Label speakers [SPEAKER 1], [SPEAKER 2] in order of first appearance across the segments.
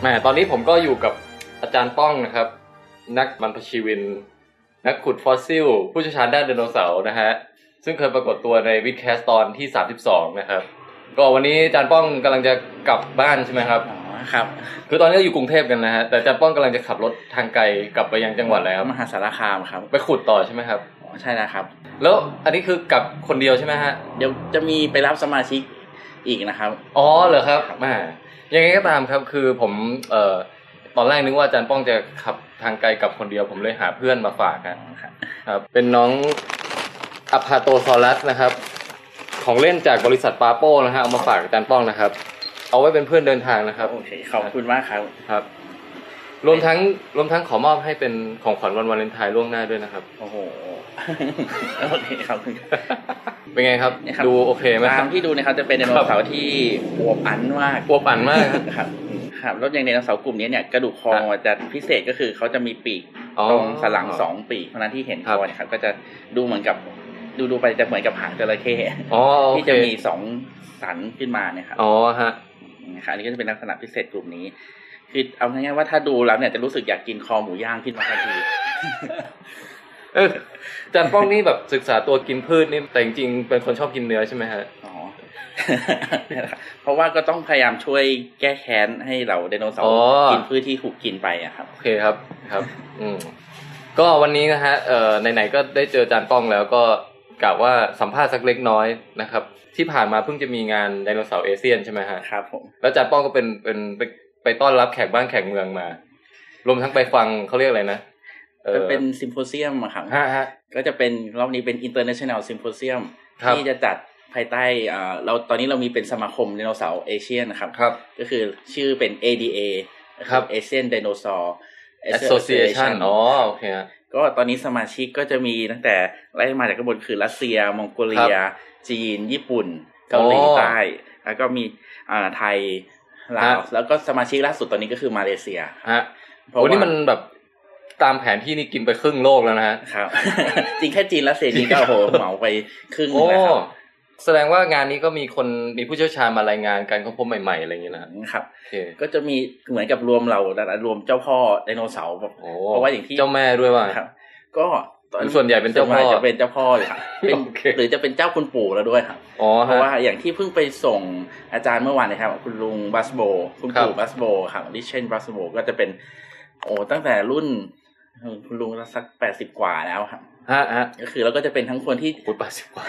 [SPEAKER 1] แหมตอนนี้ผมก็อยู่กับอาจารย์ป้องนะครับ นักบรรพชีวิน นักขุดฟอสซิล ผู้เชี่ยวชาญด้านไดโนเสาร์นะฮะ ซึ่งเคยปรากฏตัวในวิดแคสตอนที่ 32 นะครับ ก็วันนี้อาจารย์ป้องกำลังจะกลับบ้านใช่ไหมครับ
[SPEAKER 2] อ๋อครับ
[SPEAKER 1] คือตอนนี้เราอยู่กรุงเทพกันนะฮะ แต่อาจารย์ป้องกำลังจะขับรถทางไกลกลับไปยังจังหวัดแล้ว
[SPEAKER 2] มหาสารคามครับ
[SPEAKER 1] ไปขุดต่อใช่ไหมครับ
[SPEAKER 2] อ๋อใช่แล้วครับ
[SPEAKER 1] แล้วอันนี้คือกลับคนเดียวใช่ไหมฮะ
[SPEAKER 2] เดี๋ยวจะมีไปรับสมาชิกอีกนะครับ
[SPEAKER 1] อ๋อเหรอครับแหม่ยังไงก็ตามครับคือผมเอ่อตอนแรกนึกว่าอาจารย์ป้องจะขับทางไกลกลับคนเดียว ผมเลยหาเพื่อนมาฝากนะอ่าเป็นน้องอพาโตซอรัสนะครับ ของเล่นจากบริษัทปาโป้นะฮะเอามาฝากอาจารย์ป้องนะครับ เอาไว้เป็นเพื่อนเดินทางนะครับ
[SPEAKER 2] โอเคขอบคุณมากครับ
[SPEAKER 1] ครับ รวมทั้งรวมทั้งขอมอบให้เป็นของขวัญวันวาเลนไทน์ล่วงหน้าด้วยนะครับ
[SPEAKER 2] โอ้โห โอเคขอบคุณครับ
[SPEAKER 1] เป็นไงครับ
[SPEAKER 2] เนี่ยครับ
[SPEAKER 1] ดูโอเคไหมค
[SPEAKER 2] ตา
[SPEAKER 1] รับ
[SPEAKER 2] มที่ดูนะครับจะเป็นไดโนเสาร์ที่อวบอันมาก
[SPEAKER 1] อวบอันมาก
[SPEAKER 2] ครับครับแล้วอย่างไดโนเสาร์กลุ่มนี้เนี่ยกระดูกคอจะพิเศษก็คือเขาจะมีปีก
[SPEAKER 1] อ๋อ
[SPEAKER 2] ตรงสันหลังสองปีกเพราะฉะนั้นที่เห็นคอเนี่ยครับก็จะดูเหมือนกับดูดูๆไปจะเหมือนกับหางจระเข้
[SPEAKER 1] อ๋อโอเค
[SPEAKER 2] ที่จะมีสองสันขึ้นมาเนี่ยครับ
[SPEAKER 1] อ๋อฮะ
[SPEAKER 2] นะครับอันนี้ก็จะเป็นลักษณะพิเศษกลุ่มนี้ คือเอาง่ายๆว่าถ้าดูแล้วเนี่ยจะรู้สึกอยากกินคอหมูย่างขึ้นมาทันที
[SPEAKER 1] เอออาจารย์ป้องนี่แบบศึกษาตัวกินพืชนี่แต่จริงๆเป็นคนชอบกินเนื้อใช่ไหมฮะ
[SPEAKER 2] อ๋อ เพราะว่าก็ต้องพยายามช่วยแก้แค้นให้เราไดโนเสาร์
[SPEAKER 1] อ๋อ
[SPEAKER 2] กินพืชที่ถูกกินไปอะครับ
[SPEAKER 1] โอเคครับครับ อืมก็วันนี้นะฮะเอ่อไหนๆก็ได้เจออาจารย์ป้องแล้วก็กะว่าสัมภาษณ์สักเล็กน้อยนะครับ ที่ผ่านมาเพิ่งจะมีงานไดโนเสาร์เอเชียนใช่ไหมฮะ
[SPEAKER 2] ครับผม
[SPEAKER 1] แล้วอาจารย์ป้องก็เป็นเป็นไปไปต้อนรับแขกบ้านแขกเมืองมา รวมทั้งไปฟังเขาเรียกอะไรนะอ่อ
[SPEAKER 2] ก็เป็นซิมโพเซียมอะครับ
[SPEAKER 1] ฮะฮะ
[SPEAKER 2] ก็จะเป็นรอบนี้เป็น international symposium
[SPEAKER 1] ครับ
[SPEAKER 2] ที่จะจัดภายใต้อ่าเราตอนนี้เรามีเป็นสมาคมไดโนเสาร์เอเชียนะครับ
[SPEAKER 1] ครับ
[SPEAKER 2] ก็คือชื่อเป็น ADA
[SPEAKER 1] ครับ
[SPEAKER 2] Asian Dinosaur
[SPEAKER 1] association อ๋อโอเคฮะ
[SPEAKER 2] ก็ตอนนี้สมาชิกก็จะมีตั้งแต่ไล่มาจากข้างบนคือรัสเซีย มองโกเลีย จีน ญี่ปุ่น เกาหลี
[SPEAKER 1] โอ้
[SPEAKER 2] ใต้ แล้วก็มีอ่าไทยลาว
[SPEAKER 1] ฮะ
[SPEAKER 2] แล้วก็สมาชิกล่าสุดตอนนี้ก็คือมาเลเซีย
[SPEAKER 1] ฮะ
[SPEAKER 2] เพ
[SPEAKER 1] โอ้นี่มันแบบตามแผนที่นี่กินไปครึ่งโลกแล้วนะฮะ
[SPEAKER 2] ครับ จริงแค่จีนรัสเซียนี่ก็โอ้โหเหมาไปครึ่งหนึ
[SPEAKER 1] โอ้
[SPEAKER 2] งแล้วครับ
[SPEAKER 1] แสดงว่างานนี้ก็มีคนมีผู้เชี่ยวชาญมารายงานการค้นพบใหม่ๆ อะไรอย่างเงี้ยนะ
[SPEAKER 2] ครับ
[SPEAKER 1] โอเค
[SPEAKER 2] ก็จะมีเหมือนกับรวมเรารวมเจ้าพ่อไดโนเสาร์แบบ
[SPEAKER 1] โอ้
[SPEAKER 2] เพราะว่าอย่างที่
[SPEAKER 1] เจ้าแม่ด้วยว่า
[SPEAKER 2] ครับ ก็ตอ
[SPEAKER 1] ส่วนใหญ่เป็นเจ้าพ่อ
[SPEAKER 2] ส่วนใหญ่จะเป็นเจ้าพ่อเลยครับเป็น
[SPEAKER 1] โอเค
[SPEAKER 2] หรือจะเป็นเจ้าคุณปู่แล้วด้วยครับ
[SPEAKER 1] อ๋อ
[SPEAKER 2] เพราะ
[SPEAKER 1] ฮะ
[SPEAKER 2] ว่าอย่างที่เพิ่งไปส่งอาจารย์เมื่อวานนะครับ คุณลุงบัสโบ คุณ
[SPEAKER 1] ครับ
[SPEAKER 2] ปู่บัสโบครับดิเชนบัสโบก็จะเป็น โอ้ตั้งแต่รุ่นคุณลุงสักแปดสิบกว่าแล้วครับ
[SPEAKER 1] ฮะฮะ
[SPEAKER 2] ก็คือเราก็จะเป็นทั้งคนที่
[SPEAKER 1] พูดไปสิกว่า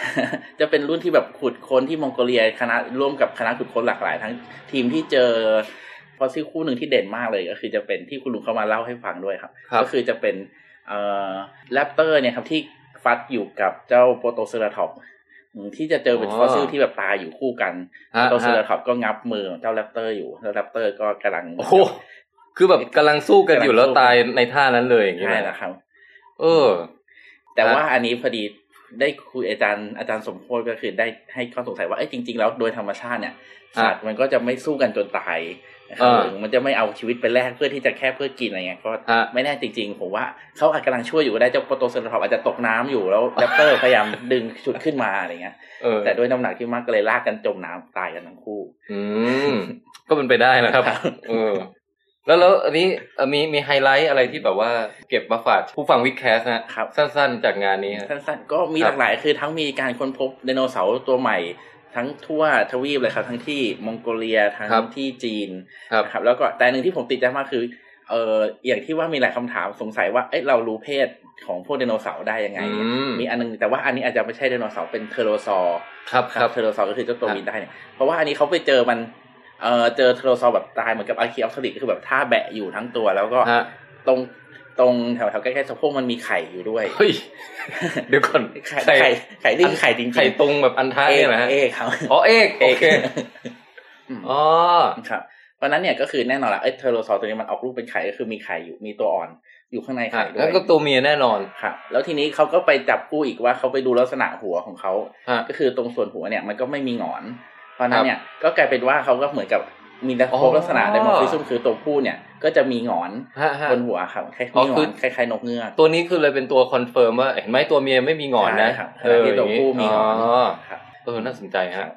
[SPEAKER 2] จะเป็นรุ่นที่แบบขุดค้นที่มองโกเลียคณะร่วมกับคณะขุดค้นหลากหลาย ทั้งทีมที่เจอฟอสซิลคู่หนึ่งที่เด่นมากเลย ก็คือจะเป็นที่คุณลุงเข้ามาเล่าให้ฟังด้วยครับ
[SPEAKER 1] ครับ
[SPEAKER 2] ก็คือจะเป็นเอ่อแรปเตอร์เนี่ยครับที่ฟัดอยู่กับเจ้าโปรโตเซอร์ท็อปที่จะเจอเป็นฟอสซิลที่แบบตายอยู่คู่กัน
[SPEAKER 1] ฮะ
[SPEAKER 2] โปรโตเซอ
[SPEAKER 1] ฮะ
[SPEAKER 2] ร์ท็อปก็งับมือของเจ้าแรปเตอร์อยู่แล้วแรปเตอร์ก็กำลัง
[SPEAKER 1] โอ้โหคือแบบกำลังสู้กันอยู่
[SPEAKER 2] กำลังสู้
[SPEAKER 1] แล้วตายในท่านั้นเลยอย่างเงี้ย
[SPEAKER 2] ใช่
[SPEAKER 1] นะ
[SPEAKER 2] แล้วครับ
[SPEAKER 1] เออ
[SPEAKER 2] แต่
[SPEAKER 1] ฮะ
[SPEAKER 2] ว่าอันนี้พอดีได้คุยอาจารย์อาจารย์สมโพธิก็คือได้ให้ข้อสงสัยว่าเอ้ยจริง ๆ แล้วโดยธรรมชาติเนี่ยสัตว์มันก็จะไม่สู้กันจนตายนะครับ
[SPEAKER 1] อ่า
[SPEAKER 2] หรือมันจะไม่เอาชีวิตไปแลกเพื่อที่จะแค่เพื่อกินอะไรเงี้ยก็
[SPEAKER 1] ฮะ
[SPEAKER 2] ไม่แน่จริง ๆ ผมว่าเขาอาจกำลังช่วยอยู่ก็ได้เจ้าโปรโตเซอร์ทอปอาจจะตกน้ำอยู่แล้วแรปเตอร์พยายามดึงจุดขึ้นมาอะไรเงี้ย
[SPEAKER 1] เออ
[SPEAKER 2] แต่ด้วยน้ำหนักที่มากก็เลยลากกันจมน้ำตายกันทั้งคู่
[SPEAKER 1] อืมก็เป็นไปได้นะครับ
[SPEAKER 2] ครับ
[SPEAKER 1] เออ แล้วแล้วอันนี้เอ่อมีมีไฮไลท์อะไรที่แบบว่าเก็บมาฝากผู้ฟังวิดแคสนะฮะ
[SPEAKER 2] ครับ
[SPEAKER 1] สั้นๆ จากงานนี้ฮะ
[SPEAKER 2] สั้นๆก็มี
[SPEAKER 1] ค
[SPEAKER 2] ห
[SPEAKER 1] รับ
[SPEAKER 2] ลากหลายคือทั้งมีการค้นพบไดโนเสาร์ตัวใหม่ ทั้งทั่วทวีปเลยครับทั้งที่มองโกเลียทั้งที่จีน
[SPEAKER 1] ครับ
[SPEAKER 2] นะครับแล้วก็แต่หนึ่งที่ผมติดใจมากคือเอออย่างที่ว่ามีหลายคำถามสงสัยว่าเอ้ยเรารู้เพศของพวกไดโนเสาร์ได้ยังไง
[SPEAKER 1] อืม
[SPEAKER 2] มีอันนึงแต่ว่าอันนี้อาจจะไม่ใช่ไดโนเสาร์เป็นเทโรซอร์
[SPEAKER 1] ครับครับ
[SPEAKER 2] เทโรซอร์ก็คือเจ้าตัว
[SPEAKER 1] ครับ
[SPEAKER 2] บินได้เนี่ยเพราะว่าอันนี้เขาไปเจอมันเออเจอเทโรซอร์แบบตายเหมือนกับอาคีออสลิกคือแบบท่าแบะอยู่ทั้งตัว แล้วก็
[SPEAKER 1] ฮะ
[SPEAKER 2] ตรงตรงแถวๆใกล้ๆสะโพกมันมีไข่อยู่ด้วย
[SPEAKER 1] เฮ้ย เดี๋ยวก่อน
[SPEAKER 2] ไข่ไข่ไข่นี่คือไข่จริงๆ
[SPEAKER 1] ไข่ตรงแบบอันท้า
[SPEAKER 2] เอ
[SPEAKER 1] เนี่
[SPEAKER 2] ก
[SPEAKER 1] ยนะฮะ
[SPEAKER 2] เอกครับ
[SPEAKER 1] อ๋อเอกโอเค
[SPEAKER 2] อืม
[SPEAKER 1] อ๋อ
[SPEAKER 2] ครับเพราะฉะนั้นเนี่ยก็คือแน่นอนละเอ้ยเทโรซอร์ตัวนี้มันออกลูกเป็นไข่ก็คือมีไข่อยู่มีตัวอ่อนอยู่ข้างในไข่ด้ว
[SPEAKER 1] แล้ว
[SPEAKER 2] ย
[SPEAKER 1] ก็ตัวเมียแน่นอน
[SPEAKER 2] ครับแล้วทีนี้เขาก็ไปจับกู้อีกว่าเขาไปดูลักษณะหัวของเขา
[SPEAKER 1] ฮะ
[SPEAKER 2] ก็คือตรงส่วนหัวเนี่ยมันก็ไม่มีหงอน เพราะฉะนั้นเนี่ยก็กลายเป็นว่าเขาก็เหมือนกับมีลัก
[SPEAKER 1] อ๋
[SPEAKER 2] ษ
[SPEAKER 1] อ
[SPEAKER 2] ณะลักษณะไดมอร์ฟิซึมคือตัวผู้เนี่ยก็จะมีหงอน
[SPEAKER 1] ฮะฮะ
[SPEAKER 2] บนหัวครับคล้ายๆ
[SPEAKER 1] อ๋อ
[SPEAKER 2] มีหง
[SPEAKER 1] คือ อ
[SPEAKER 2] นคล้ายๆนกเงือก
[SPEAKER 1] ตัวนี้คือเลยเป็นตัวคอนเฟิร์มว่าเห็นไหมตัวเมียไม่มีหงอนนะ
[SPEAKER 2] ใช่ครับ
[SPEAKER 1] เออ
[SPEAKER 2] ที่ตัวผู้มีหงอน
[SPEAKER 1] ย่างงี้
[SPEAKER 2] ครับ
[SPEAKER 1] เออน่าสนใจฮะ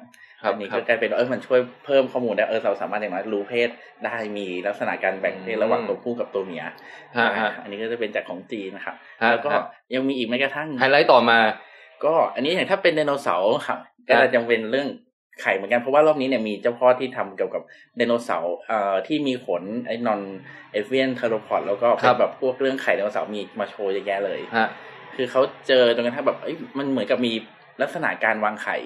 [SPEAKER 1] ครับ
[SPEAKER 2] อันนี้
[SPEAKER 1] ครั
[SPEAKER 2] ก็
[SPEAKER 1] บ
[SPEAKER 2] กลายเป็นว่าเออมันช่วยเพิ่มข้อมูลได้เออเราสามารถอย่างน้อยรู้เพศได้มีลักษณะการแบ่งเพศระหว่าง
[SPEAKER 1] อืม
[SPEAKER 2] ตัวผู้กับตัวเมีย
[SPEAKER 1] ฮะฮะ
[SPEAKER 2] อันนี้ก็จะเป็นจากของจีนนะครับ
[SPEAKER 1] ฮะ
[SPEAKER 2] แล้วก็
[SPEAKER 1] ฮะ
[SPEAKER 2] ยังมีอีกแม้กระทั่ง
[SPEAKER 1] ไฮไลท์ต่อมา
[SPEAKER 2] ก็อันนี้อย่างถ้าเป็นไดโนเสาร์ครับก็
[SPEAKER 1] ครับ
[SPEAKER 2] จะเป็นเรื่องไข่เหมือนกันเพราะว่ารอบนี้เนี่ยมีเจ้าพ่อที่ทำเกี่ยวกับไดโนเสาร์เอ่อที่มีขนไอ้นอนเอเวียนเทอโรพอดแล้วก็
[SPEAKER 1] ค
[SPEAKER 2] เป็
[SPEAKER 1] รั
[SPEAKER 2] น
[SPEAKER 1] บ
[SPEAKER 2] แบบพวกเรื่องไข่ไดโนเสาร์มีมาโชว์เยอะแยะเลย
[SPEAKER 1] ฮะ
[SPEAKER 2] คือเขาเจอจนกระทั่งแบบเอ้ยมันเหมือนกับมีลักษณะการวางไข่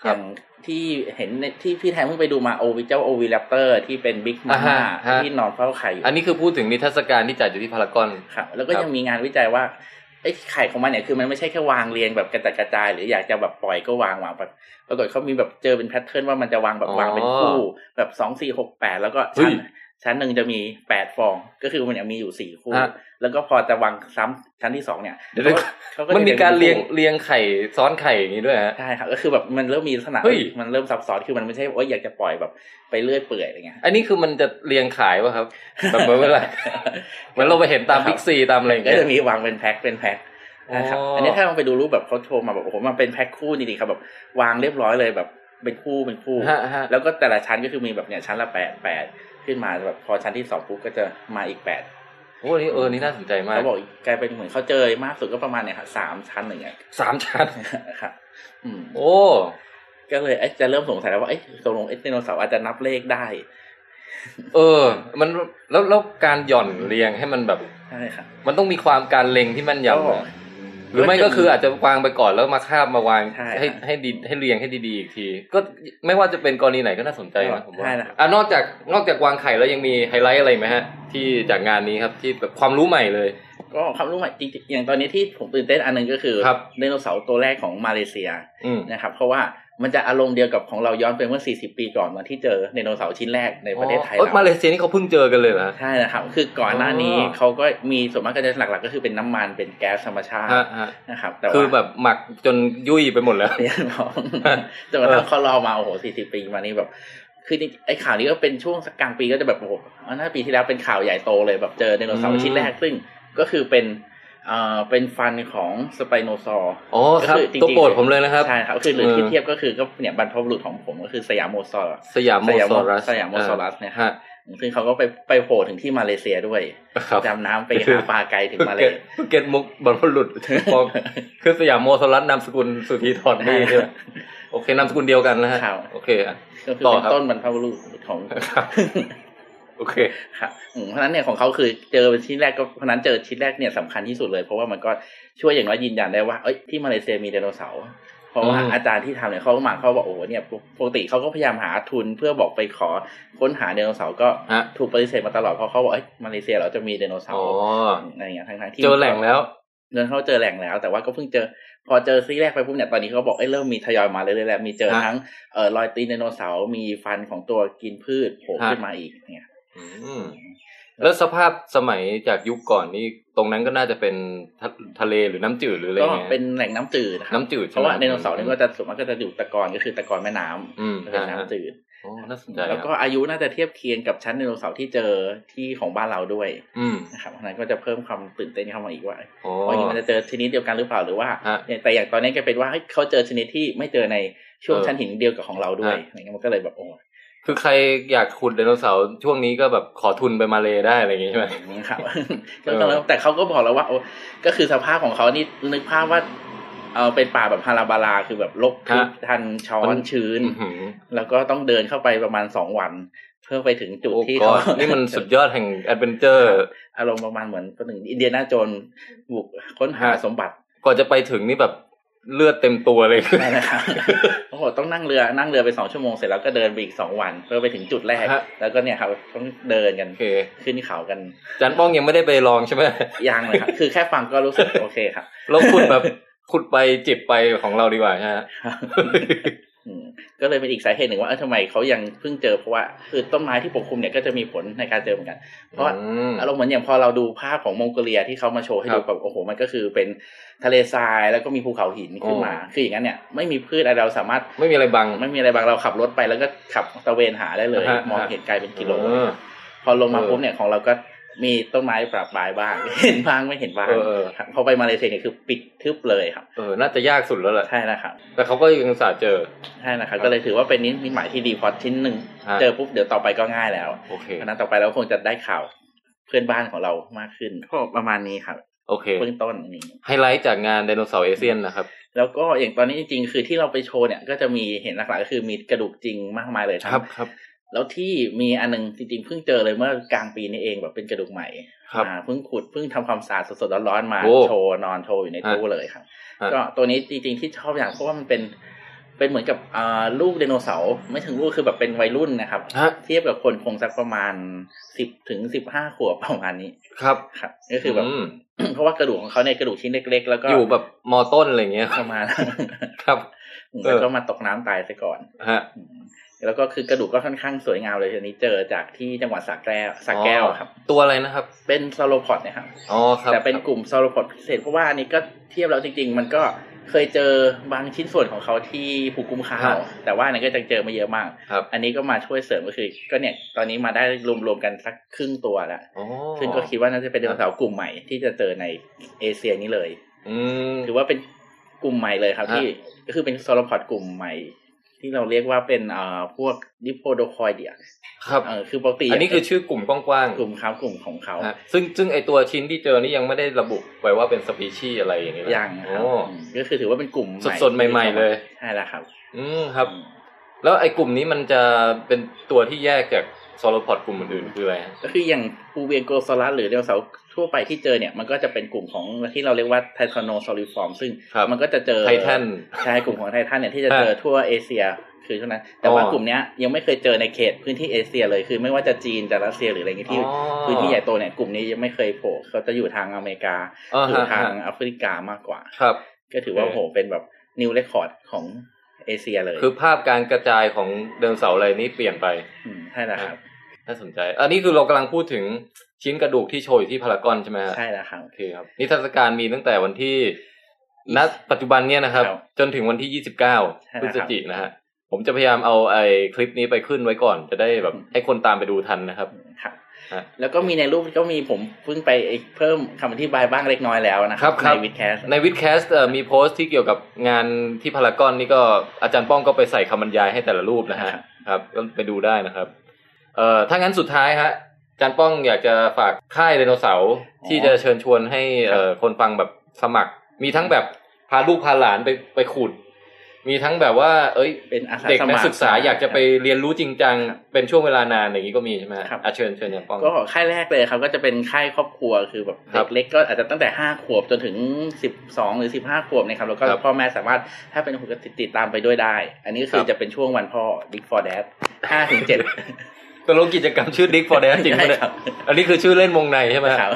[SPEAKER 1] ค
[SPEAKER 2] อ
[SPEAKER 1] รับ
[SPEAKER 2] ย่างที่เห็นในที่พี่แทนเพิ่งไปดูมาโอวิเจ้าโอวิแรปเตอร์ ที่เป็นบิ๊กมา
[SPEAKER 1] อ่าฮะฮะ
[SPEAKER 2] ที่นอนเฝ้าไข่อยู่
[SPEAKER 1] อันนี้คือพูดถึงนิทรรศการที่จัดอยู่ที่พารากอน
[SPEAKER 2] ครับแล้วก็
[SPEAKER 1] ครับ
[SPEAKER 2] ยังมีงานวิจัยว่าไอ้ไข่ของมันเนี่ยคือมันไม่ใช่แค่วางเรียงแบบกระจัดกระจาย หรืออยากจะแบบปล่อยก็วางวางแบบปรากฏเขามีแบบเจอเป็นแพทเทิร์นว่ามันจะวางแบบ
[SPEAKER 1] อ๋อ
[SPEAKER 2] วางเป็นคู่แบบสองสี่หกแปดแล้วก็
[SPEAKER 1] เฮ้
[SPEAKER 2] ชั้น
[SPEAKER 1] ย
[SPEAKER 2] ชั้นหนึ่งจะมีแปดฟอง ก็คือมันเนี่ยมีอยู่สี่คู่
[SPEAKER 1] ฮะ
[SPEAKER 2] แล้วก็พอจะวางซ้ำชั้นที่สองเนี่ย
[SPEAKER 1] เดี๋ยวนะ
[SPEAKER 2] เขา
[SPEAKER 1] มันมีการเรียง
[SPEAKER 2] ป็นคู่
[SPEAKER 1] เรียงไข่ซ้อนไข่อย่างนี้ด้วยฮะ
[SPEAKER 2] ใช่ครับก็คือแบบมันเริ่มมีลักษณะ
[SPEAKER 1] เฮ้ย
[SPEAKER 2] มันเริ่มซับซ้อนคือมันไม่ใช่ว่าอยากจะปล่อยแบบไปเรื่อยเปื่อยอะไรเงี้ย
[SPEAKER 1] อันนี้คือมันจะเรียงขายป่ะครับ แบบเหมือนเวลา เหมือนเราไปเห็นตาม
[SPEAKER 2] ครับ
[SPEAKER 1] บิ๊กซีตามอะไรอย่าง
[SPEAKER 2] ก็
[SPEAKER 1] เงี้ย
[SPEAKER 2] จะมีวางเป็นแพ็คเป็นแพ็ค นะครับ
[SPEAKER 1] อ๋ออั
[SPEAKER 2] อันนี้ถ้าลองไปดูรูปแบบเขาโชว์มาแบบโอ้โหมันเป็นแพ็คคู่จริงๆครับแบบวางเรียบร้อยเลยแบบเป็นคู่เป็นคู่
[SPEAKER 1] ฮะฮะ
[SPEAKER 2] แล้วก็แต่ละชั้นก็คือมีแบบเนี่ยชั้นละแปดแปดขึ้นมาแบบพอชั้นที่สองปุ๊บก็จะมาอีกแปด
[SPEAKER 1] โอ้นี่เออนี่น่าสนใจมาก
[SPEAKER 2] เขาบอกกลายเป็นเหมือนเขาเจอมากสุดก็ประมาณเนี่ยครับสามชั้นอย่างเงี้ย
[SPEAKER 1] สามชั้น
[SPEAKER 2] นะครับ อืม
[SPEAKER 1] โอ้
[SPEAKER 2] ก็เลยเอ๊ะจะเริ่มสงสัยแล้วว่าเอ๊ะตกลงเอ๊ะไดโนเสาร์อาจจะนับเลขได้
[SPEAKER 1] เออ มันแล้วแล้วการหย่อนเรียงให้มันแบบ
[SPEAKER 2] ใช่ครับ
[SPEAKER 1] มันต้องมีความการเล็งที่แม่นยำ
[SPEAKER 2] ก็
[SPEAKER 1] นะหรือไม่ก็คืออาจจะวางไปก่อนแล้วมาคาบมาวาง
[SPEAKER 2] ใช่
[SPEAKER 1] ให้ให้ดีให้เรียงให้ดีๆอีกที ก็ไม่ว่าจะเป็นกรณีไหนก็น่าสนใจนะผมว่า
[SPEAKER 2] ใช่นะครับ
[SPEAKER 1] อ่ะนอกจากนอกจากวางไข่แล้วยังมีไฮไลท์อะไรไหมฮะ ที่จากงานนี้ครับที่แบบความรู้ใหม่เลย
[SPEAKER 2] ก็ความรู้ใหม่จริงๆอย่างตอนนี้ที่ผมตื่นเต้นอันหนึงก็คือ
[SPEAKER 1] ครับ
[SPEAKER 2] ไดโนเสาร์ตัวแรกของมาเลเซีย
[SPEAKER 1] อืม
[SPEAKER 2] นะครับเพราะว่ามันจะอารมณ์เดียวกับของเราย้อนไปเมื่อ 40 ปีก่อนวันที่เจอไดโนเสาร์ชิ้นแรกในประเทศไทย
[SPEAKER 1] อ๋ออ้
[SPEAKER 2] เรา
[SPEAKER 1] มาเลเซียนี่เขาเพิ่งเจอกันเลยเหรอฮะ
[SPEAKER 2] ใช่นะครับ คือก่อนหน้านี้
[SPEAKER 1] อ๋อ
[SPEAKER 2] เขาก็มีส่วนมากก็จะหลักๆ ก็คือเป็นน้ำมันเป็นแก๊สธรรมชาติ
[SPEAKER 1] ฮะฮะ
[SPEAKER 2] นะครับ แต่ว่า
[SPEAKER 1] คือแบบหมักจนยุ่ยไปหมดแล้ว
[SPEAKER 2] เรียนน้องจนกระทั่งเขารอมาโอ้โห 40 ปีมานี่แบบ คือจริงๆไอ้ข่าวนี้ก็เป็นช่วงสักกลางปีก็จะแบบโอ้โหอันนั้นปีที่แล้วเป็นข่าวใหญ่โตเลยแบบเจอไดโนเสาร์ชิ้นแรกซึ่งก็คือเป็นเอ่อเป็นฟันของสไปโนซอร์
[SPEAKER 1] อ๋อครับ
[SPEAKER 2] ก็คือจริงๆ
[SPEAKER 1] ตัวโปรดผมเลยนะครับ
[SPEAKER 2] ใช่ครับคือหรือที่
[SPEAKER 1] เออ
[SPEAKER 2] เทียบก็คือก็เนี่ยบรรพบุรุษของผมก็คือสยามโมซอร์
[SPEAKER 1] สยามโมซอรัส
[SPEAKER 2] สยามโมซอรัสเนี่ยครับ
[SPEAKER 1] ฮะ
[SPEAKER 2] ซึ่งเขาก็ไปไปโผล่ถึงที่มาเลเซียด้วย
[SPEAKER 1] ครับ
[SPEAKER 2] ดำน้ำไปหาปลาไกลถึงมาเล
[SPEAKER 1] เก็ตเพิ่งเก็ตมุกบอลพ หลุดของคือสยามโมซอรัสนามสกุลสุธีธรนี่ใช่ไหม โอเคนามสกุลเดียวกันนะฮะ
[SPEAKER 2] ข่าว
[SPEAKER 1] โอเคอ่ะ
[SPEAKER 2] ก็คือ
[SPEAKER 1] ต่อ
[SPEAKER 2] เป็น
[SPEAKER 1] ครับ
[SPEAKER 2] ต้นบรรพบุรุษของ
[SPEAKER 1] ครับ โอเค
[SPEAKER 2] ครับอืมเพราะฉะนั้นเนี่ยของเขาคือเจอเป็นชิ้นแรกก็เพราะฉะนั้นเจอชิ้นแรกเนี่ยสำคัญที่สุดเลย เพราะว่ามันก็ช่วยอย่างน้อยยืนยันได้ว่าเอ้ยที่มาเลเซียมีไดโนเสาร์เพราะว่า
[SPEAKER 1] อืม
[SPEAKER 2] อาจารย์ที่ทำเนี่ยเขาก็มาเขาบอกโอ้โหเนี่ยปกติเขาก็พยายามหาทุนเพื่อบอกไปขอค้นหาไดโนเสาร์ก็
[SPEAKER 1] ฮะ
[SPEAKER 2] ถูกปฏิเสธมาตลอดเพราะเขาบอกเอ้ยมาเลเซียเราจะมีไดโนเสา
[SPEAKER 1] อ๋อ
[SPEAKER 2] ร์อะไรอย่างเงี้ยทั้งๆที่
[SPEAKER 1] เจอแหล่งแล้ว
[SPEAKER 2] เดินเข้าเจอแหล่งแล้ว แต่ว่าก็เพิ่งเจอ พอเจอซีแรกไปปุ๊บเนี่ยตอนนี้เขาบอกเอ้ยเริ่มมีทยอยมาเรื่อยๆแล้วมีเจอ
[SPEAKER 1] ฮะ
[SPEAKER 2] ทั้งเอ่อรอยตีนไดโนเสาร์มีฟันของตัวกินพืชโผล่
[SPEAKER 1] ฮะ
[SPEAKER 2] ขึ้นมาอีกเนี่ย
[SPEAKER 1] อืมแล้วสภาพสมัยจากยุคก่อนนี่ตรงนั้นก็น่าจะเป็นทะทะเลหรือน้ำจืดหรืออะไร
[SPEAKER 2] ก็
[SPEAKER 1] เงี้ย
[SPEAKER 2] เป็นแหล่งน้ำจืดนะครับ
[SPEAKER 1] น้ำจืด
[SPEAKER 2] เพ
[SPEAKER 1] ใช่ไหม
[SPEAKER 2] ราะว่าไดโนเสาร์เนี่ยก็จะส่วนมากก็จะอยู่ตะกอนก็คือตะกอนแม่น้ำ
[SPEAKER 1] อืม
[SPEAKER 2] ก็เป็น
[SPEAKER 1] ฮะฮะ
[SPEAKER 2] น้ำจืด
[SPEAKER 1] โอ้น่าสนใจ
[SPEAKER 2] แล้วก็
[SPEAKER 1] ครับ
[SPEAKER 2] อายุน่าจะเทียบเคียงกับชั้นไดโนเสาร์ที่เจอที่ของบ้านเราด้วย
[SPEAKER 1] อืม
[SPEAKER 2] นะครับเพราะฉะนั้นก็จะเพิ่มความตื่นเต้นเข้ามาอีกว่า
[SPEAKER 1] โอ้
[SPEAKER 2] ว่าอย่างนี้มันจะเจอชนิดเดียวกันหรือเปล่าหรือว่า
[SPEAKER 1] ฮะ
[SPEAKER 2] เนี่ยแต่อย่างตอนนี้ก็เป็นว่าเฮ้ยเขาเจอชนิดที่ไม่เจอในช่วง
[SPEAKER 1] เออ
[SPEAKER 2] ชั้นหินเดียวกับของเราด้วย
[SPEAKER 1] ฮะ
[SPEAKER 2] อะไรเงี้ยมันก็เลยแบบโอ้
[SPEAKER 1] คือใครอยากขุดไดโนเสาร์ช่วงนี้ก็แบบขอทุนไปมาเลได้อะไรอย่างงี้ใช่ไหม
[SPEAKER 2] อย่างนี้ครับ
[SPEAKER 1] เออ
[SPEAKER 2] ก็แล้วแต่เขาก็บอกแล้วว่าโอ้ก็คือสภาพของเขานี่นึกภาพว่าเออเป็นป่าแบบฮาราบาราคือแบบลกทึบ
[SPEAKER 1] ฮะ
[SPEAKER 2] ทันช้อ
[SPEAKER 1] มัน น
[SPEAKER 2] ชื้น
[SPEAKER 1] อื้อหือ
[SPEAKER 2] แล้วก็ต้องเดินเข้าไปประมาณสองวัน เพื่อไปถึงจุด
[SPEAKER 1] โอ้
[SPEAKER 2] ที่
[SPEAKER 1] ก็
[SPEAKER 2] เขา
[SPEAKER 1] นี่มันสุดยอดแห่งแอดเวนเจอร์
[SPEAKER 2] อารมณ์ประมาณเหมือนคนหนึ่งอินเดียนาโจนส์บุกค้นหา
[SPEAKER 1] ฮะ
[SPEAKER 2] สมบัติ
[SPEAKER 1] กว่อนจะไปถึงนี่แบบเลือดเต็มตัวเลย
[SPEAKER 2] นะครับ โอ้โหต้องนั่งเรือนั่งเรือไปสองชั่วโมงเสร็จแล้วก็เดินไปอีกสองวัน เพื่อไปถึงจุดแรก
[SPEAKER 1] ฮะ
[SPEAKER 2] แล้วก็เนี่ยครับต้องเดินกัน
[SPEAKER 1] โอเค
[SPEAKER 2] ขึ้นเขากัน
[SPEAKER 1] อาจานป้องยังไม่ได้ไปลองใช่ไหม
[SPEAKER 2] ยังเลยครับ คือแค่ฟังก็รู้สึกโอเคครับ
[SPEAKER 1] เราขุดแบบ ขุดไปจิบไปของเราดีกว่าฮะ
[SPEAKER 2] อืมก็เลยเป็นอีกสาเหตุหนึ่งว่าเอ้าทำไมเขายังเพิ่งเจอเพราะว่าคือต้นไม้ที่ปกคลุมเนี่ยก็จะมีผลในการเจอเหมือนกัน เพราะ
[SPEAKER 1] อืม
[SPEAKER 2] อารมณ์เหมือนอย่างพอเราดูภาพของมองโกเลียที่เขามาโชว์ให้
[SPEAKER 1] ครั
[SPEAKER 2] ดู
[SPEAKER 1] บ
[SPEAKER 2] แบบโอ้โหมันก็คือเป็นทะเลทรายแล้วก็มีภูเขาหินขึ้นมา
[SPEAKER 1] โอ้
[SPEAKER 2] คืออย่างนั้นเนี่ยไม่มีพืชอะไรเราสามารถ
[SPEAKER 1] ไม่มีอะไรบัง
[SPEAKER 2] ไม่มีอะไรบางเราขับรถไปแล้วก็ขับตะเวนหาได้เลย
[SPEAKER 1] ฮะ
[SPEAKER 2] มองเห็นไกลเป็นกิโล
[SPEAKER 1] เออ
[SPEAKER 2] พอลงมา
[SPEAKER 1] เออ
[SPEAKER 2] ปุ๊บเนี่ยของเราก็ มีต้นไม้ประปรายบ้าง เห็นบ้างไม่เห็นบ้าง
[SPEAKER 1] เออเออ
[SPEAKER 2] ครับพอไปมาเลเซียเนี่ยคือปิดทึบเลยครับ
[SPEAKER 1] เออ น่าจะยากสุดแล้วแหละ
[SPEAKER 2] ใช่นะครับ
[SPEAKER 1] แต่เขาก็ยังสาห์เจอ
[SPEAKER 2] ใช่นะครับ
[SPEAKER 1] ครับ
[SPEAKER 2] ก็เลยถือว่าเป็นนิมิตหมายที่ดีพอชิ้นหนึ่ง
[SPEAKER 1] ฮะ
[SPEAKER 2] เจอปุ๊บเดี๋ยวต่อไปก็ง่ายแล้ว
[SPEAKER 1] โอเค
[SPEAKER 2] เพราะฉะนั้นต่อไปเราคงจะได้ข่าวเพื่อนบ้านของเรามากขึ้นก็ประมาณนี้ครับ
[SPEAKER 1] โอเค
[SPEAKER 2] เบื้องต้นอันนี้
[SPEAKER 1] ไฮไลท์จากงานไดโนเสาร์เอเชียนนะครับ
[SPEAKER 2] แล้วก็อย่างตอนนี้จริงๆ คือที่เราไปโชว์เนี่ยก็จะมีเห็นหลักๆก็คือมีกระดูกจริงมากมายเลยทั้ง
[SPEAKER 1] ครับครับ
[SPEAKER 2] แล้วที่มีอันหนึงจริงๆเพิ่งเจอเลยเมื่อกลางปีนี้เองแบบเป็นกระดูกใหม่
[SPEAKER 1] ครับ
[SPEAKER 2] อ่าเพิ่งขุดเพิ่งทำความสะอาดสดๆร้อนๆมา
[SPEAKER 1] โอ้
[SPEAKER 2] โชว์นอนโชว์อยู่ในตู้เลยครับ
[SPEAKER 1] ฮะ
[SPEAKER 2] ก็ตัวนี้จริงๆที่ชอบอย่างเพราะว่ามันเป็นเป็นเหมือนกับอ่าลูกไดโนเสาร์ไม่ถึงลูกคือแบบเป็นวัยรุ่นนะครับ
[SPEAKER 1] ฮะ
[SPEAKER 2] เทียบกับคนคงสักประมาณสิบถึงสิบห้าขวบประมาณนี้
[SPEAKER 1] ครับ
[SPEAKER 2] ครับก็คือแบบ
[SPEAKER 1] อืม
[SPEAKER 2] เพราะว่ากระดูกของเขาเนี่ยกระดูกชิ้นเล็ก ๆ แล้วก็
[SPEAKER 1] อยู่แบบมอต้นอะไรอย่างเงี้ย
[SPEAKER 2] ประมาณ
[SPEAKER 1] ครับ เอ
[SPEAKER 2] แล้ว
[SPEAKER 1] อ
[SPEAKER 2] ก็มาตกน้ำตายซะก่อน
[SPEAKER 1] ฮะ
[SPEAKER 2] แล้วก็คือกระดูกก็ค่อนข้างสวยงามเลยทีนี้เจอจากที่จังหวัดสระแก้วสระแก้วครับ
[SPEAKER 1] ตัวอะไรนะครับ
[SPEAKER 2] เป็นซาโลพอดนะครับ
[SPEAKER 1] อ๋อครับ
[SPEAKER 2] แต่เป็น
[SPEAKER 1] ครับ
[SPEAKER 2] กลุ่มซาโลพอดพิเศษเพราะว่าอันนี้ก็เทียบแล้วจริง ๆ มันก็เคยเจอบางชิ้นส่วนของเขาที่ผูกกุมขาว แต่ว่าอันนี้ก็จะเจอมาเยอะมาก
[SPEAKER 1] ครับ
[SPEAKER 2] อันนี้ก็มาช่วยเสริมก็คือ ก็เนี่ยตอนนี้มาได้รวมๆกันสักครึ่งตัวแล้ว
[SPEAKER 1] อ๋อ
[SPEAKER 2] ซึ่งก็คิดว่าน่าจะเป็นไดโนเสาร์กลุ่มใหม่ที่จะเจอในเอเชียนี้เลย
[SPEAKER 1] อืม
[SPEAKER 2] ถือว่าเป็นกลุ่มใหม่เลยครับ
[SPEAKER 1] ฮะ
[SPEAKER 2] ที่ก็คือเป็นโซลพอดกลุ่มใหม่ ที่เราเรียกว่าเป็นอ่าพวกดิโพโดคอยเดีย
[SPEAKER 1] ครับ
[SPEAKER 2] เออคือปกติ
[SPEAKER 1] อันนี้คือชื่อกลุ่มกว้าง
[SPEAKER 2] กลุ่มเขากลุ่มของเขา
[SPEAKER 1] ๆฮะซึ่งซึ่งไอตัวชิ้นที่เจอนี่ยังไม่ได้ระบุไว้ว่าเป็นสปีชีส์อะไรอย่างเงี้ย
[SPEAKER 2] อย่าง
[SPEAKER 1] ค
[SPEAKER 2] ค
[SPEAKER 1] รั
[SPEAKER 2] รับ บอืมก็คือถือว่าเป็นกลุ่ม
[SPEAKER 1] สดๆใหม่ๆเลย
[SPEAKER 2] ใช่แล้วครับ
[SPEAKER 1] อืมครับ แล้วไอ้กลุ่มนี้มันจะเป็นตัวที่แยกจากโซโลพอดกลุ่มอื่นๆคืออะไรฮะ
[SPEAKER 2] ก็คืออย่างปูเวียงโกโซลัสหรือเดลเสาร์ทั่วไปที่เจอเนี่ยมันก็จะเป็นกลุ่มของที่เราเรียกว่าไททานโซลิฟอร์มซึ่ง
[SPEAKER 1] ครับ
[SPEAKER 2] มันก็จะเจอ
[SPEAKER 1] ไททัน
[SPEAKER 2] ใช่กลุ่มของไททันเนี่ยที่จะเจอทั่วเอเชียคือเท่านั้นแต่ว่า
[SPEAKER 1] อ๋อ
[SPEAKER 2] กลุ่มเนี้ยยังไม่เคยเจอในเขตพื้นที่เอเชียเลยคือไม่ว่าจะจีนจะรัสเซียหรืออะไรอย่างงี้ที่
[SPEAKER 1] อ๋อ
[SPEAKER 2] พื้นที่ใหญ่โตเนี่ยกลุ่มนี้ยังไม่เคยโผล่เขาจะอยู่ทางอเมริกา
[SPEAKER 1] อ่
[SPEAKER 2] อยู่ทาง
[SPEAKER 1] ฮะ
[SPEAKER 2] แอฟริกามากกว่า
[SPEAKER 1] ครับ
[SPEAKER 2] ก็ถือว่า
[SPEAKER 1] โอ
[SPEAKER 2] โอ้
[SPEAKER 1] เค
[SPEAKER 2] โหเป็นแบบนิวเรคคอร์ดของเอเชียเลย
[SPEAKER 1] คือภาพการกระจายของเดินเสาร์อะไรนี้เปลี่ยนไป
[SPEAKER 2] มใช่แล้วครับ
[SPEAKER 1] น่าสนใจ อันนี้คือเรากำลังพูดถึงชิ้นกระดูกที่โชว์อยู่ที่พารากอนใช่ไหมฮะ
[SPEAKER 2] ใช่แล้วครับ
[SPEAKER 1] โอเคครับนิทรรศการมีตั้งแต่วันที่ณปัจจุบันเนี่ยนะครับ
[SPEAKER 2] ครับ
[SPEAKER 1] จนถึงวันที่ยี่สิบเก้า
[SPEAKER 2] ใช่นะ
[SPEAKER 1] พ
[SPEAKER 2] ครั
[SPEAKER 1] ฤ
[SPEAKER 2] บ
[SPEAKER 1] ศจิกนะฮะผมจะพยายามเอาไอ้คลิปนี้ไปขึ้นไว้ก่อน จะได้แบบ
[SPEAKER 2] อืม
[SPEAKER 1] ให้คนตามไปดูทันนะครับ
[SPEAKER 2] ครับ
[SPEAKER 1] ฮะ
[SPEAKER 2] แล้วก็มีในรูปก็มีผมเพิ่งไปเพิ่มคำอธิบายบ้างเล็กน้อยแล้วนะครั
[SPEAKER 1] ครับครับ
[SPEAKER 2] ในวิดแคส
[SPEAKER 1] ในวิดแคสต์มีโพสต์ที่เกี่ยวกับงานที่พารากอนนี่ก็อาจารย์ป้องก็ไปใส่คำบรรยายให้แต่ละรูปนะฮะครับก็ไปดูได้นะครับเอ่อถ้างั้นสุดท้ายฮะอาจารย์ป้องอยากจะฝากค่ายไดโนเสาร์ที่จะเชิญชวนให้เอ่อคนฟังแบบสมัคร มีทั้งแบบพาลูกพาหลานไปไปขุด มีทั้งแบบว่า เอ้ย
[SPEAKER 2] เป็นอาสา
[SPEAKER 1] เด็ก
[SPEAKER 2] สมั
[SPEAKER 1] นั
[SPEAKER 2] ค
[SPEAKER 1] ก
[SPEAKER 2] ร
[SPEAKER 1] ศึกษาอยากจะไปเรียนรู้จริงจัง
[SPEAKER 2] ครับ
[SPEAKER 1] เป็นช่วงเวลานานอย่างนี้ก็มีใช่ไหมฮะ
[SPEAKER 2] ครับ
[SPEAKER 1] อ่ะเชิญเชิญอย่างป้อง
[SPEAKER 2] ก็ค่ายแรกเลยครับก็จะเป็นค่ายครอบครัวคือแบบ
[SPEAKER 1] ครั
[SPEAKER 2] เด็
[SPEAKER 1] บ
[SPEAKER 2] กเล็กก็อาจจะตั้งแต่ห้าขวบจนถึงสิบสองหรือสิบห้าขวบนะครับแล้วก็
[SPEAKER 1] ครับ
[SPEAKER 2] พ่อแม่สามารถถ้าเป็นคนก็ติดตามไปด้วยได้ อันนี้ก็
[SPEAKER 1] ค
[SPEAKER 2] คือ
[SPEAKER 1] รับ
[SPEAKER 2] จะเป็นช่วงวันพ่อ Big for Dad ห้าถึงเจ็ด
[SPEAKER 1] ตกลงกิจกรรมชื่อ Dick for Dad จริงไหม
[SPEAKER 2] ใช่
[SPEAKER 1] เนี่ย
[SPEAKER 2] ครับ
[SPEAKER 1] อันนี้คือชื่อเล่นวงในใช่ไหมฮะ
[SPEAKER 2] ครับ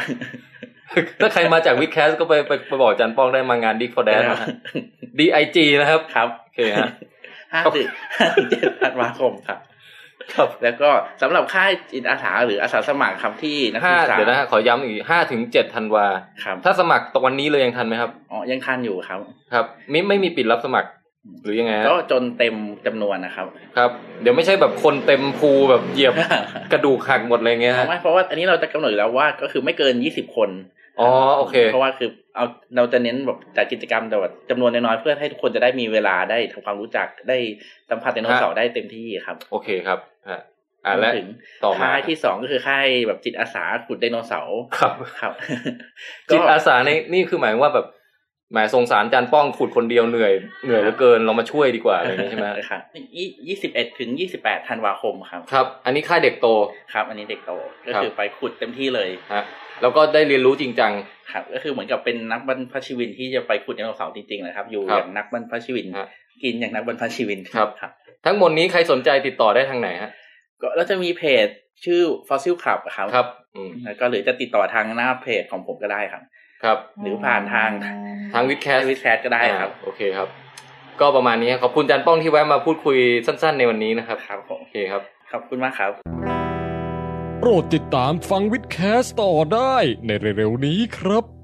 [SPEAKER 1] ถ้าใครมาจากวิดแคสก็ไปไปไปบอกอาจันป้องได้มางาน Dick for Dad นะฮะ DIG นะครับ
[SPEAKER 2] ครับ
[SPEAKER 1] โอเคฮะ
[SPEAKER 2] ห้าถึงห้าถึงเจ็ดธันวาคมครับ
[SPEAKER 1] ครับ
[SPEAKER 2] แล้วก็สำหรับค่ายจิตอาสาหรืออาสาสมัครครับที่นัก
[SPEAKER 1] ห้า
[SPEAKER 2] ศึกษา
[SPEAKER 1] เดี๋ยวนะฮะขอย้ำอีกห้าถึงเจ็ดธันวา
[SPEAKER 2] ครับ
[SPEAKER 1] ถ้าสมัครตอนนี้เลยยังทันไหมครับ
[SPEAKER 2] อ๋อยังทันอยู่ครับ
[SPEAKER 1] ครับมิไม่มีปิดรับสมัคร หรือยังไงฮะ
[SPEAKER 2] ก็จนเต็มจำนวนนะครับ
[SPEAKER 1] ครับ เดี๋ยวไม่ใช่แบบคนเต็มภูแบบเหยียบกระดูกหักหมดอะไรเงี้ยฮะ
[SPEAKER 2] ไม่เพราะว่าอันนี้เราจะกำหนดอยู่แล้วว่าก็คือไม่เกินยี่สิบคน
[SPEAKER 1] อ๋อโอเค
[SPEAKER 2] เพราะว่าคือเอาเราจะเน้นแบบจัดกิจกรรมแต่ว่าจำนวนน้อยๆเพื่อให้ทุกคนจะได้มีเวลาได้ทำความรู้จักได้สัมผัสไดโนเสาร์ได้เต็มที่ครับ
[SPEAKER 1] โอเคครับฮะอ่ะและ
[SPEAKER 2] ถึง
[SPEAKER 1] ต่อมา
[SPEAKER 2] ค่ายที่สองก็คือค่ายแบบจิตอาสาขุดไดโนเสาร์
[SPEAKER 1] ครับ
[SPEAKER 2] ครับ
[SPEAKER 1] จิตอาสาในนี่คือหมายว่าแบบหมายสงสารจานป้องขุดคนเดียวเหนื่อยเหนื่อยเหลือเกินเรามาช่วยดีกว่าอะไรอย่างนี้ใช่ไหม
[SPEAKER 2] ครับยี่สิบเอ็ดถึงยี่สิบแปดธันวาคมครับ
[SPEAKER 1] ครับ อันนี้ค่ายเด็กโต
[SPEAKER 2] ครับ อันนี้เด็กโตก็
[SPEAKER 1] ครับ
[SPEAKER 2] คือไปขุดเต็มที่เลย
[SPEAKER 1] ฮะแล้วก็ได้เรียนรู้จริงจัง
[SPEAKER 2] ครับก็คือเหมือนกับเป็นนักบรรพชีวินที่จะไปขุดไดโนเสาร์จริงๆนะครับ อยู่
[SPEAKER 1] ครับ
[SPEAKER 2] อย่างนักบรรพชีวิน
[SPEAKER 1] ฮะ
[SPEAKER 2] กินอย่างนักบรรพชีวิน
[SPEAKER 1] ครับ ทั้งหมดนี้ใครสนใจติดต่อได้ทางไหนฮะ
[SPEAKER 2] ก็แล้วจะมีเพจชื่อ Fossil Club ครับ
[SPEAKER 1] ครับอืม
[SPEAKER 2] แล้วก็หรือจะติดต่อทางหน้าเพจของผมก็ได้ครับ
[SPEAKER 1] ครับ
[SPEAKER 2] หรือผ่านทาง
[SPEAKER 1] ทางวิดแคส
[SPEAKER 2] วิดแคสก็ได้ครับ
[SPEAKER 1] โอเคครับ ก็ประมาณนี้ครับขอบคุณจานป้องที่แวะมาพูดคุยสั้น ๆ ในวันนี้นะครับ
[SPEAKER 2] ครับผม
[SPEAKER 1] โอเคครับ
[SPEAKER 2] ขอบคุณมากครับ
[SPEAKER 3] โปรดติดตามฟังวิดแคสต์ต่อได้ในเร็วๆนี้ครับ